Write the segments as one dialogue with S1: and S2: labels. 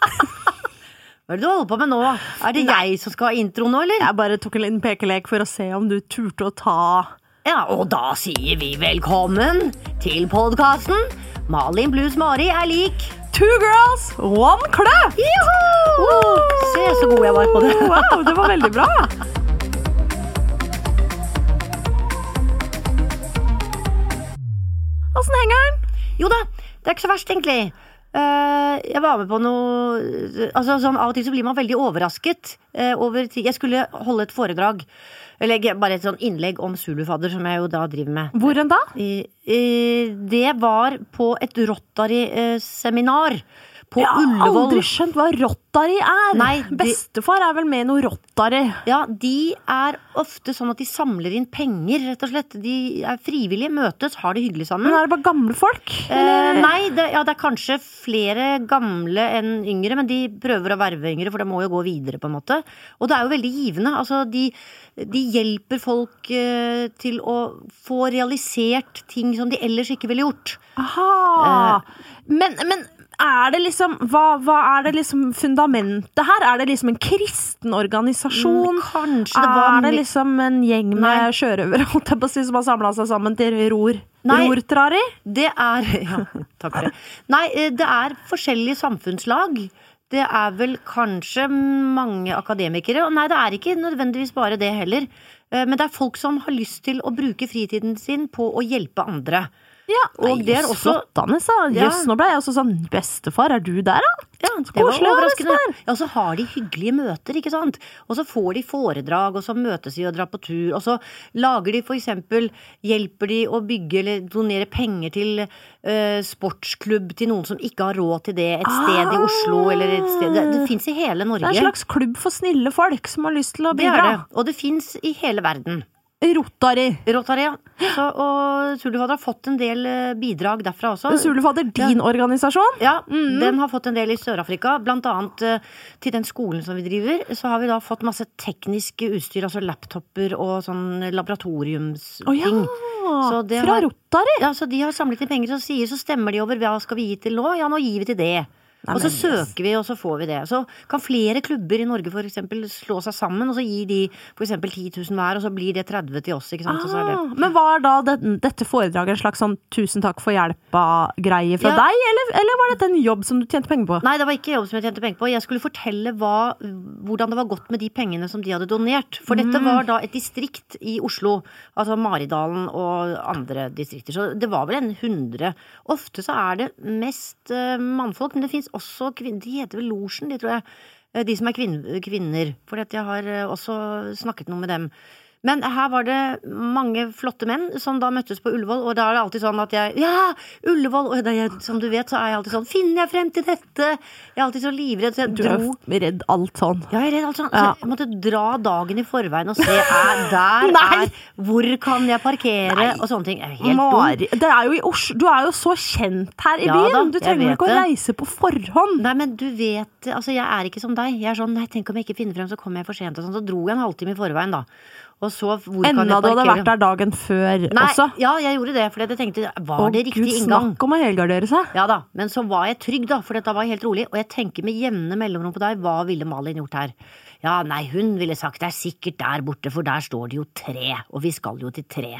S1: Hva er det du holder på med nå? Er det jeg som skal ha intro nå, eller?
S2: Jeg bare tok en liten pekelek for å se om du turte å ta
S1: Ja, og da sier vi velkommen til podkasten Malin Blues Mari er lik
S2: Two girls, one club!
S1: Joho! Se så god jeg var på det.
S2: Wow, det var veldig bra. Åssen henger den?
S1: Jo da, det er ikke så verst, egentlig. Eh, jeg var med på noe Altså sånn Av og til så blir man veldig overrasket. eh, over ti- jeg skulle holde et foredrag, eller ikke, bare et sånn innlegg om zulufadder, som jeg jo da driver med.
S2: Hvor enn da?
S1: Eh, eh, det var på et Rotary-seminar på
S2: Jeg har
S1: Ullevål.
S2: aldri skjønt hva Rotary er.
S1: Nei, det-
S2: Bestefar er vel med i noe Rotary.
S1: Ja, de er ofte sånn at de samler inn penger, rett og slett. De er frivillige, møtes, har det hyggelig sammen.
S2: Men er det bare gamle folk?
S1: Eh, nei, det, ja, det er kanskje flere gamle enn yngre, men de prøver å verve yngre, for det må jo gå videre, på en måte. Og det er jo veldig givende. Altså, de, de hjelper folk eh, til å få realisert ting som de ellers ikke ville gjort.
S2: Aha.
S1: Eh.
S2: Men, men er det liksom hva, hva er det liksom fundamentet her? Er det liksom en kristen organisasjon?
S1: Mm, kanskje det var
S2: Er det
S1: mi-
S2: liksom en gjeng
S1: Nei.
S2: med sjørøvere holdt jeg på å si, som har samla seg sammen til ror?
S1: Nei.
S2: Rortrari?
S1: Det er ja, Takk for det. Nei, eh, det er forskjellige samfunnslag. Det er vel kanskje mange akademikere. Og nei, det er ikke nødvendigvis bare det heller. Eh, Men det er folk som har lyst til å bruke fritiden sin på å hjelpe andre.
S2: Ja,
S1: og det er også-
S2: Flottende, sa
S1: Ja.
S2: Jøss, nå ble jeg også sånn Bestefar, er du der, da?
S1: Ja, det var
S2: Koselig å ha
S1: overraskende.
S2: bestemor.
S1: Ja, og så har de hyggelige møter, ikke sant. Og så får de foredrag, og så møtes de og drar på tur. Og så lager de for eksempel Hjelper de å bygge eller donere penger til eh, sportsklubb til noen som ikke har råd til det et sted i Oslo eller et sted Det, det fins i hele
S2: Det
S1: Norge.
S2: er en slags klubb for snille folk som har lyst til å
S1: Det er det.
S2: bidra.
S1: Og det fins i hele verden.
S2: Rotary.
S1: Rotary, ja. Så, og Sulufadder har fått en del eh, bidrag derfra også.
S2: Sulefader, din organisasjon?
S1: Ja,
S2: Mhm.
S1: den har fått en del i Sør-Afrika. Blant annet eh, til den skolen som vi driver, så har vi da fått masse teknisk utstyr, altså laptoper og sånn
S2: Å ja!
S1: laboratoriumsting. Så det
S2: Fra
S1: har-
S2: Rotary?
S1: Ja, så de har samlet inn penger og sier, så stemmer de over hva skal vi gi til nå? Ja, nå gir vi til det.
S2: Nei,
S1: og så
S2: men yes.
S1: søker vi, og så får vi det. Så kan flere klubber i Norge for eksempel slå seg sammen, og så gir de for eksempel 10 000 hver, og så blir det 30 til oss, ikke sant. Og så er det...
S2: Ah, men var da det, dette foredraget en slags sånn 'tusen takk for hjelpa'-greie fra
S1: Ja.
S2: deg, eller, eller var dette en jobb som du tjente penger på?
S1: Nei, det var ikke jobb som jeg tjente penger på. Jeg skulle fortelle hva, hvordan det var gått med de pengene som de hadde donert. For dette var da et distrikt i Oslo. Altså Maridalen og andre distrikter. Så det var vel en hundre. Ofte så er det mest eh, mannfolk, men det fins også kvinner. De heter vel Losjen, de, tror jeg. Eh, De som er kvinn, kvinner. For jeg har eh, også snakket noe med dem. Men her var det mange flotte menn som da møttes på Ullevål, og da er det alltid sånn at jeg Ja, Ullevål! Og da jeg, som du vet, så er jeg alltid sånn Finner jeg frem til dette? Jeg er alltid så livredd, så jeg
S2: Du er
S1: dro
S2: jo redd alt sånn.
S1: ja, jeg er redd alt sånn.
S2: Ja.
S1: Så jeg måtte dra dagen i forveien og se er, der
S2: Nei.
S1: er Hvor kan jeg parkere? Og sånne ting. Jeg er helt dum.
S2: Mari, det er jo i Oslo, du er jo så kjent her i
S1: Ja
S2: byen!
S1: da,
S2: du
S1: jeg
S2: trenger
S1: vet
S2: ikke å
S1: det.
S2: reise på forhånd.
S1: Nei, men du vet Altså, jeg er ikke som deg. Jeg er sånn Nei, tenk om jeg ikke finner frem, så kommer jeg for sent og sånn. Så dro jeg en halvtime i forveien, da. Og så Hvor kan jeg
S2: Enda du
S1: parkere?
S2: hadde vært der dagen før
S1: Nei,
S2: også.
S1: ja, jeg gjorde det, for jeg tenkte Var
S2: Å,
S1: det riktig
S2: Gud,
S1: inngang?
S2: Snakk om å helgardere seg.
S1: Ja da, men så var jeg trygg, da, for dette var helt rolig. Og jeg tenker med jevne mellomrom på deg, hva ville Malin gjort her? Ja, nei, hun ville sagt det er sikkert der borte, for der står det jo tre, og vi skal jo til tre.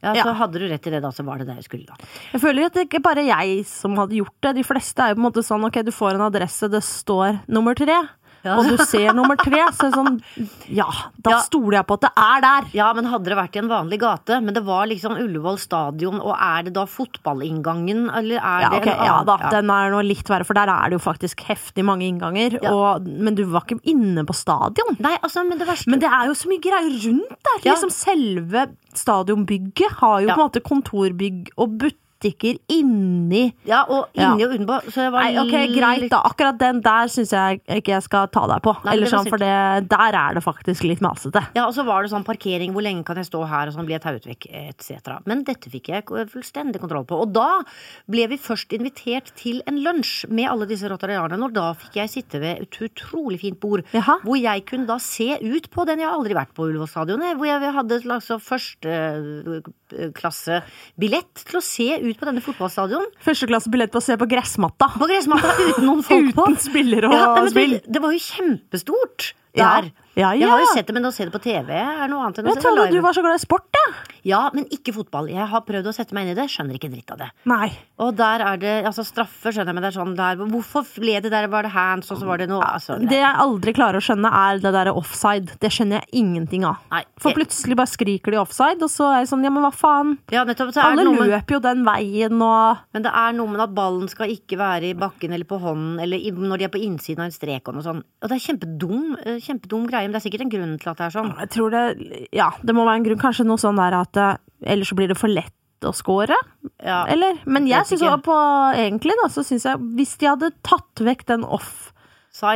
S1: Ja, så
S2: Ja.
S1: hadde du rett i det, da, så var det der jeg skulle, da.
S2: Jeg føler at det ikke bare er jeg som hadde gjort det. De fleste er jo på en måte sånn ok, du får en adresse, det står nummer tre.
S1: Ja.
S2: Og du ser nummer tre, så er det sånn Ja, da
S1: Ja.
S2: stoler jeg på at det er der!
S1: Ja, men hadde det vært i en vanlig gate, men det var liksom Ullevål stadion, og er det da fotballinngangen, eller er
S2: Ja,
S1: det
S2: ok,
S1: en
S2: ja da,
S1: annen?
S2: den er noe litt verre, for der er det jo faktisk heftig mange innganger.
S1: Ja.
S2: Og, men du var ikke inne på stadion.
S1: Nei, altså, men det verste
S2: Men det er jo så mye greier rundt der.
S1: Ja.
S2: Liksom selve stadionbygget har jo
S1: Ja.
S2: på en måte kontorbygg og butikker inni
S1: Ja, og inni og utenpå, så jeg var
S2: Nei, ok, greit da. Akkurat den der syns jeg ikke jeg skal ta deg på.
S1: Nei, men
S2: Eller
S1: det var
S2: sånn, for det, der er det faktisk litt masete.
S1: Ja, og så var det sånn parkering, hvor lenge kan jeg stå her, og sånn blir jeg tauet vekk, etc. Men dette fikk jeg ko- fullstendig kontroll på. Og da ble vi først invitert til en lunsj med alle disse rotarianerne, og da fikk jeg sitte ved et utrolig fint bord,
S2: Jaha.
S1: hvor jeg kunne da se ut på den jeg har aldri vært på altså Ullevål stadion, jeg, hvor jeg hadde et slags sånn første, øh, klassebillett eh, til å se ut på denne fotballstadion.
S2: Førsteklassebillett på å se på gressmatta.
S1: På gressmatta uten noen folk på.
S2: Uten spillere og
S1: Ja, nei, men
S2: spill.
S1: det- Det var jo kjempestort
S2: Ja.
S1: der.
S2: Ja,
S1: Jeg har jo
S2: ja.
S1: sett det, men å se det på TV er noe annet enn å
S2: Jeg
S1: se det
S2: trodde du
S1: live.
S2: var så glad i sport, jeg.
S1: Ja, men ikke fotball. Jeg har prøvd å sette meg inn i det, skjønner ikke en dritt av det.
S2: Nei.
S1: Og der er det altså straffer, skjønner jeg, men det er sånn der Hvorfor ble det der var det hands, og så var det noe altså,
S2: Det jeg aldri klarer å skjønne, er det derre offside. Det skjønner jeg ingenting av.
S1: Nei,
S2: For
S1: det-
S2: plutselig bare skriker de offside, og så er jeg sånn ja, men hva faen?
S1: Ja, nettopp. Så er det
S2: Alle
S1: noe med
S2: løper jo den veien og
S1: Men det er noe med at ballen skal ikke være i bakken eller på hånden eller i, når de er på innsiden av en strek og noe sånt. Og det er kjempedum, eh, kjempedum greie, men det er sikkert en grunn til at det er sånn.
S2: Jeg tror det Ja, det må være en grunn. Kanskje noe sånn der at eh, ellers så blir det for lett å score,
S1: Ja.
S2: eller? Men
S1: Vet
S2: jeg syns
S1: ikke.
S2: på egentlig, da, så syns jeg Hvis de hadde tatt vekk den off-siden,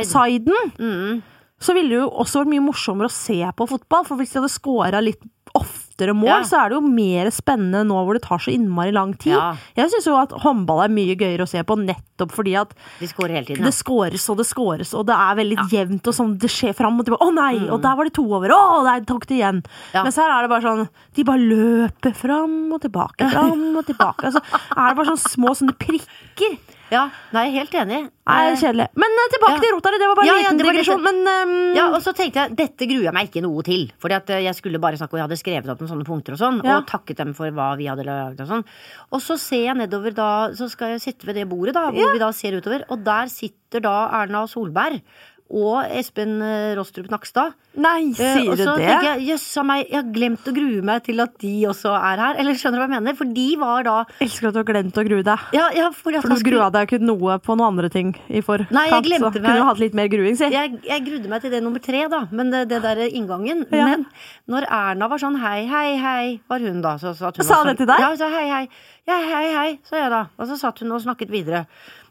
S1: Side. Mm.
S2: så ville det jo også vært mye morsommere å se på fotball. For hvis de hadde scora litt oftere mål,
S1: Ja.
S2: så er det jo mer spennende nå hvor det tar så innmari lang tid.
S1: Ja.
S2: Jeg syns jo at håndball er mye gøyere å se på nettopp fordi at
S1: De scorer hele tiden. Ja.
S2: det scores og det scores, og det er veldig jevnt, og sånn, det skjer fram og tilbake. Å nei! Og der var det to over. Å, nei, tok det igjen.
S1: Mm. Ja.
S2: Mens her er det bare sånn De bare løper fram og tilbake, fram og tilbake. Altså, er det bare sånn små sånne prikker.
S1: ja. Nei, jeg er helt enig.
S2: Nei,
S1: Eh,
S2: kjedelig. Men eh, tilbake
S1: Ja.
S2: til rota di. Det var bare
S1: Ja,
S2: en
S1: ja,
S2: liten
S1: det var litt-
S2: digresjon. Men ehm,
S1: Ja, og så tenkte jeg, dette gruer jeg meg ikke noe til. Fordi at eh, jeg skulle bare snakke, og jeg hadde skrevet opp noen sånne punkter og sånn.
S2: Ja.
S1: Og takket dem for hva vi hadde laget og sånn. Og så ser jeg nedover da, så skal jeg sitte ved det bordet da, hvor vi da ser utover. Og der sitter da Erna Solberg og Espen eh, Rostrup Nakstad.
S2: Nei,
S1: Eh,
S2: sier
S1: og
S2: du
S1: så
S2: det?
S1: tenker jeg jøss a meg, jeg har glemt å grue meg til at de også er her. Eller skjønner du hva jeg mener? For de var da
S2: Elsker at du har glemt å grue deg.
S1: ja, ja, fordi at
S2: For
S1: han
S2: du
S1: skulle-
S2: grua deg ikke noe på noen andre ting i forkant.
S1: Nei, jeg glemte
S2: så
S1: meg.
S2: kunne du hatt litt mer gruing, si.
S1: jeg, jeg grudde meg til det nummer tre, da. Men det, det der inngangen.
S2: Ja.
S1: Men når Erna var sånn hei, hei, hei, var hun da. Så, satt hun
S2: Sa
S1: og
S2: det
S1: sånn-
S2: til deg?
S1: Ja, hun sa hei, hei. Ja, hei, hei, sa jeg da. Og så satt hun og snakket videre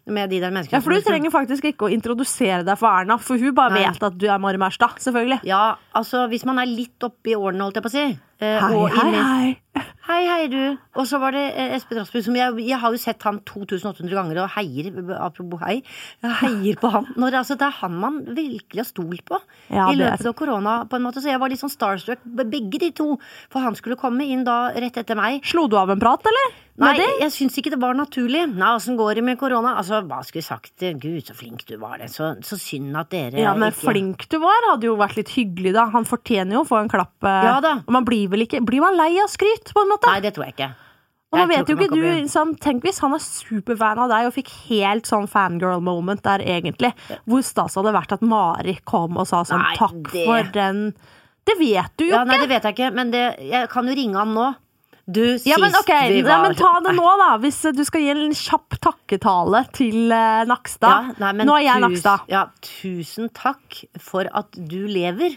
S1: med de der menneskene.
S2: Ja, for du
S1: som-
S2: trenger faktisk ikke å introdusere deg for Erna, for hun bare
S1: Nei.
S2: vet at du er Mari Mærstad, selvfølgelig.
S1: Ja, altså hvis man er litt oppe i årene, holdt jeg på å si. eh, og i min-
S2: hei.
S1: Hei, hei, du. Og så var det eh, Espen Rasmus. Som jeg, jeg har jo sett han 2800 ganger og heier Apropos hei. Jeg heier på han. Når, altså, det er han man virkelig har stolt på
S2: Ja,
S1: i
S2: det er-
S1: løpet av korona. på en måte. Så jeg var litt sånn starstruck, be- begge de to. For han skulle komme inn da rett etter meg.
S2: Slo du av en prat, eller?
S1: Nei,
S2: Med de?
S1: jeg syns ikke det var naturlig. Nei, åssen går det med korona? Altså, hva skulle jeg sagt? Gud, så flink du var. det. Så, så synd at dere
S2: Ja, men
S1: ikke
S2: flink du var. Hadde jo vært litt hyggelig, da. Han fortjener jo å få en klapp. eh,
S1: Ja da.
S2: Og man blir vel ikke Blir man lei av skryt, på en måte?
S1: Nei, det tror jeg ikke.
S2: og man
S1: Jeg
S2: vet
S1: tror
S2: jo ikke
S1: man
S2: du
S1: kan bli-
S2: liksom, Tenk hvis han er superfan av deg og fikk helt sånn fangirl moment der, egentlig. Hvor stas hadde det vært at Mari kom og sa sånn
S1: Nei,
S2: takk
S1: det-
S2: for den Det vet du jo
S1: Ja,
S2: ikke!
S1: nei, det vet jeg ikke, men det, jeg kan jo ringe han nå. Du, sist
S2: Ja, men ok,
S1: vi var
S2: ja, men ta det nå da Hvis eh, du skal gi en kjapp takketale til eh, Nakstad
S1: Ja, nei, men
S2: Nå er jeg
S1: tus-
S2: Nakstad
S1: Ja, tusen takk for at du lever,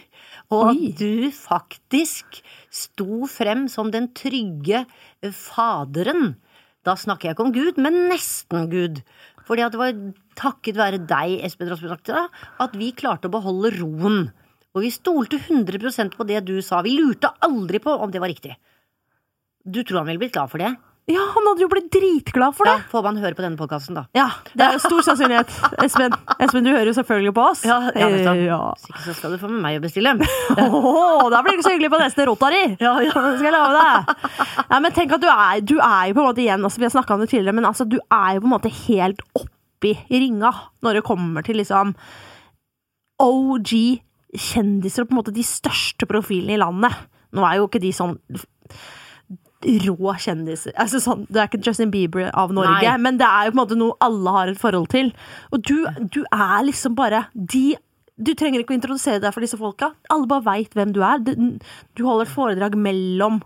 S1: og
S2: Oi.
S1: at du faktisk sto frem som den trygge faderen. Da snakker jeg ikke om Gud, men nesten Gud. Fordi at det var takket være deg, Espen Rossbø, at vi klarte å beholde roen. Og vi stolte 100 på det du sa. Vi lurte aldri på om det var riktig. Du tror han ville blitt glad for det?
S2: Ja, han hadde jo blitt dritglad for
S1: Ja,
S2: det
S1: får man høre på denne podkasten, da.
S2: Ja, det er jo stor sannsynlighet Espen, Espen du hører jo selvfølgelig på oss
S1: Ja, ja,
S2: Eh,
S1: nettopp.
S2: ja.
S1: Hvis ikke så skal du få med meg å bestille.
S2: Åh, da blir det ikke så hyggelig på neste Rotary
S1: Ja, ja.
S2: Det skal jeg love deg Nei, men tenk at du er, du er jo på en måte igjen altså, Vi har snakket om det tidligere, men altså, du er jo på en måte helt oppi ringa Når det kommer til liksom OG kjendiser og på en måte de største profilene i landet. Nå er jo ikke de sånn rå kjendiser. Altså sånn, det er ikke Justin Bieber av Norge,
S1: Nei.
S2: men det er jo på en måte noe alle har et forhold til. Og du, du er liksom bare de du trenger ikke å introdusere deg for disse folka. Alle bare veit hvem du er. Du- Du holder et foredrag mellom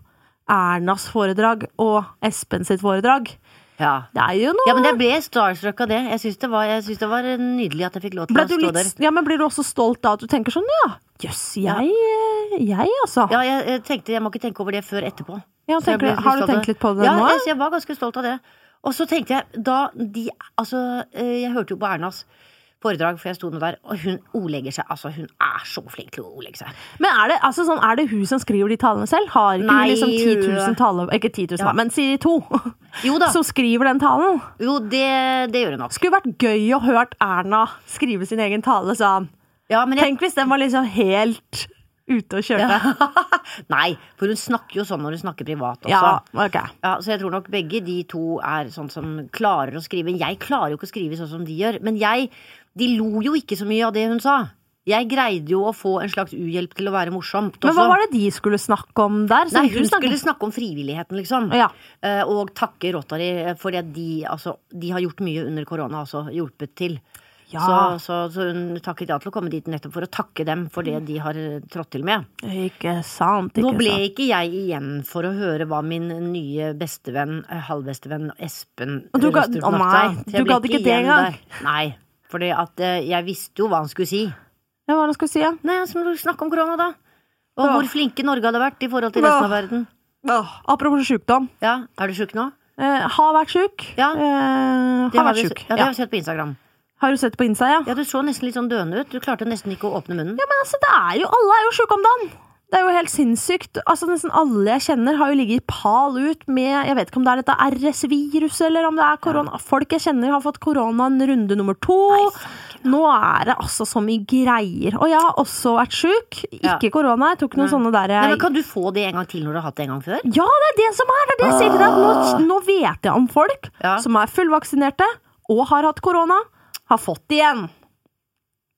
S2: Ernas foredrag og Espen sitt foredrag.
S1: Ja.
S2: Det er jo noe
S1: Ja, men jeg ble starstruck av det. Jeg syns det, var- jeg syns det var eh, nydelig at jeg fikk lov til
S2: Ble
S1: å
S2: du
S1: stå der.
S2: litt, ja, men blir du også stolt da at du tenker sånn, ja, jøss, jeg, eh, jeg altså.
S1: Ja, jeg, jeg tenkte jeg må ikke tenke over det før etterpå.
S2: Ja,
S1: Så jeg
S2: tenker
S1: ble
S2: du- har du
S1: stolt av
S2: tenkt litt på det
S1: ja, Ja,
S2: nå?
S1: jeg, jeg var ganske stolt av det. Og så tenkte jeg da de Altså, eh, jeg hørte jo på Ernas foredrag, for jeg sto nå der, og hun ordlegger seg. Altså, hun er så flink til å ordlegge seg.
S2: Men er det, altså, sånn, er det hun som skriver de talene selv? Har ikke
S1: Nei,
S2: hun liksom 10 000
S1: hun-
S2: taler, ikke 10 000,
S1: Ja.
S2: men si to,
S1: Jo da.
S2: som skriver den talen?
S1: Jo, det, det gjør hun nok.
S2: Skulle vært gøy å hørt Erna skrive sin egen tale sånn.
S1: Ja, men jeg,
S2: Tenk hvis den var liksom helt ute og kjørte.
S1: Nei, for hun snakker jo sånn når hun snakker privat også.
S2: Ja, ok.
S1: Ja, så jeg tror nok begge de to er sånn som klarer å skrive. Jeg klarer jo ikke å skrive sånn som de gjør. Men jeg De lo jo ikke så mye av det hun sa. Jeg greide jo å få en slags uhjelp til å være morsomt også.
S2: Men hva var det de skulle snakke om der?
S1: Nei, hun skulle snakke om frivilligheten, liksom.
S2: Ja.
S1: Eh, Og takke Rotary for det de, altså, de har gjort mye under korona, altså hjulpet til.
S2: Ja.
S1: Så, så, så hun takket ja til å komme dit nettopp for å takke dem for det de har eh, trådt til med.
S2: Ikke sant. Ikke
S1: Nå ble
S2: sant.
S1: ikke jeg igjen for å høre hva min nye bestevenn, eh, halvbestevenn Espen
S2: Og du ga-
S1: Rostrup
S2: å
S1: Nakteig.
S2: nei,
S1: Så jeg
S2: du
S1: ble
S2: gadd ikke det
S1: igjen
S2: engang?
S1: der. Nei, for jeg visste jo hva han skulle si.
S2: Ja, hva var det jeg skulle si? Ja?
S1: Nei, som Snakk om korona, da. Og
S2: Ja.
S1: hvor flinke Norge hadde vært i forhold til resten av verden.
S2: Åh, Apropos sykdom.
S1: Ja, Er du sjuk nå?
S2: Eh, har vært sjuk.
S1: Ja.
S2: Eh,
S1: Det
S2: har vært
S1: vi-
S2: sjuk.
S1: Ja, det
S2: Ja.
S1: har vi sett på Instagram.
S2: Har du sett på Insta, ja?
S1: Ja, Du så nesten litt sånn døende ut. Du klarte nesten ikke å åpne munnen.
S2: Ja, men altså, det er jo, alle er jo sjuke om dagen. Det er jo helt sinnssykt. Altså, Nesten alle jeg kjenner, har jo ligget pal ut med Jeg vet ikke om det er dette RS-viruset eller om det er korona. Folk jeg kjenner, har fått koronaen runde nummer to. Nå er det altså så mye greier. Og jeg har også vært sjuk.
S1: Ja. Mm.
S2: Ikke korona. Jeg tok noen sånne der eh,
S1: Nei, men Kan du få det en gang til når du har hatt det en gang før?
S2: Ja, det er det som er! Det er det jeg sier til deg. Nå, nå vet jeg om folk
S1: Ah. Ja.
S2: som er fullvaksinerte og har hatt korona, har fått det igjen.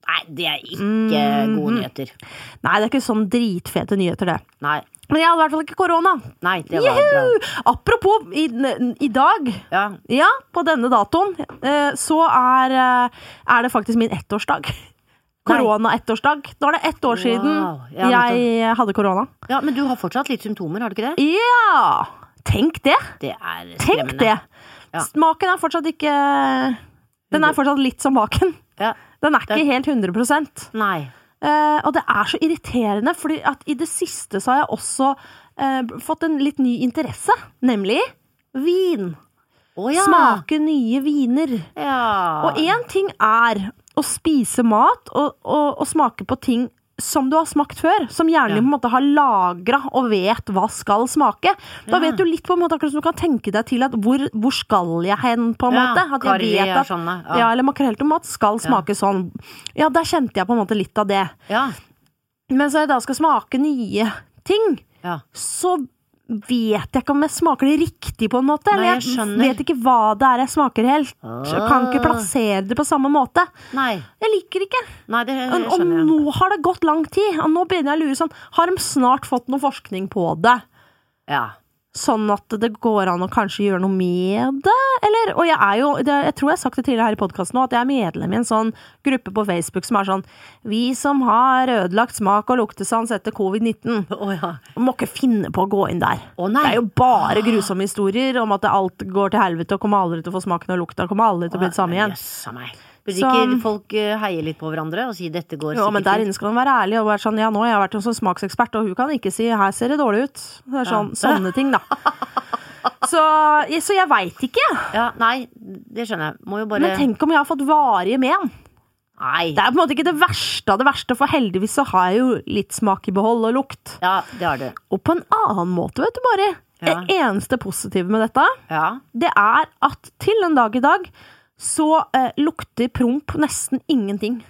S1: Nei, det er ikke
S2: Mhm.
S1: gode nyheter.
S2: Nei, det er ikke sånn dritfete nyheter, det.
S1: Nei.
S2: Men jeg hadde i hvert fall ikke korona.
S1: Nei, det var bra.
S2: Juhu! Apropos i, i dag,
S1: Ja.
S2: ja, på denne datoen, eh, så er, eh, er det faktisk min ettårsdag. Korona-ettårsdag. Nå er det ett år siden
S1: ja,
S2: jeg hadde korona.
S1: ja, Men du har fortsatt litt symptomer, har du ikke det?
S2: Ja! Tenk det!
S1: Det er
S2: Tenk
S1: skremmende.
S2: det!
S1: Ja.
S2: Smaken er fortsatt ikke Den er fortsatt litt som baken.
S1: Ja.
S2: Den er
S1: Det-
S2: ikke helt 100
S1: Nei.
S2: Eh, og det er så irriterende, fordi at i det siste så har jeg også eh, fått en litt ny interesse, nemlig vin.
S1: Å ja.
S2: Smake nye viner.
S1: Ja.
S2: Og én ting er å spise mat og, og, og smake på ting som du har smakt før. Som hjernen
S1: Ja.
S2: din på en måte har lagra og vet hva skal smake. Da
S1: Ja.
S2: vet du litt på en måte akkurat som du kan tenke deg til at hvor, hvor skal jeg hen, på en
S1: Ja,
S2: måte. At
S1: karri
S2: jeg
S1: og
S2: vet at ja.
S1: sånne, ja.
S2: eller makrelltomat skal smake sånn. Ja, der kjente jeg på en måte litt av det.
S1: ja.
S2: Men så jeg da skal smake nye ting,
S1: Ja.
S2: så vet jeg ikke om jeg smaker det riktig, på en måte.
S1: Nei, jeg
S2: Eller jeg
S1: skjønner.
S2: vet ikke hva det er jeg smaker helt.
S1: Ah.
S2: Kan ikke plassere det på samme måte.
S1: Nei.
S2: Jeg liker ikke.
S1: Nei, det
S2: Og, og
S1: skjønner jeg.
S2: nå har det gått lang tid, og nå begynner jeg å lure sånn Har de snart fått noe forskning på det?
S1: Ja.
S2: Sånn at det går an å kanskje gjøre noe med det? Eller, og jeg er jo, det, jeg tror jeg har sagt det tidligere her i podkasten òg, at jeg er medlem i en sånn gruppe på Facebook som er sånn Vi som har ødelagt smak og luktesans etter covid-19.
S1: Å ja.
S2: Man må ikke finne på å gå inn der.
S1: Å, nei. Ah.
S2: Det er jo bare grusomme historier om at alt går til helvete og kommer aldri til å få smaken og lukta. Kommer aldri til å bli
S1: Ah,
S2: det samme igjen.
S1: Jøssa meg. Burde ikke
S2: Som-
S1: folk eh, heie litt på hverandre og si 'dette går
S2: Jo, men
S1: sikkert
S2: der
S1: fint'?
S2: inne skal man være ærlig og være sånn ja, nå har jeg vært hos en smaksekspert, og hun kan ikke si 'her ser det dårlig ut'. Det er sånn, Sånne ting, da. Så, så jeg veit ikke.
S1: Ja, nei, det skjønner jeg. Må jo bare
S2: Men tenk om jeg har fått varige men.
S1: Nei.
S2: Det er på en måte ikke det verste av det verste, for heldigvis så har jeg jo litt smak i behold og lukt.
S1: Ja, det har du.
S2: Og på en annen måte, vet du, Mari.
S1: Ja.
S2: Det eneste positive med dette
S1: Ja.
S2: det er at til en dag i dag så eh, lukter promp nesten ingenting.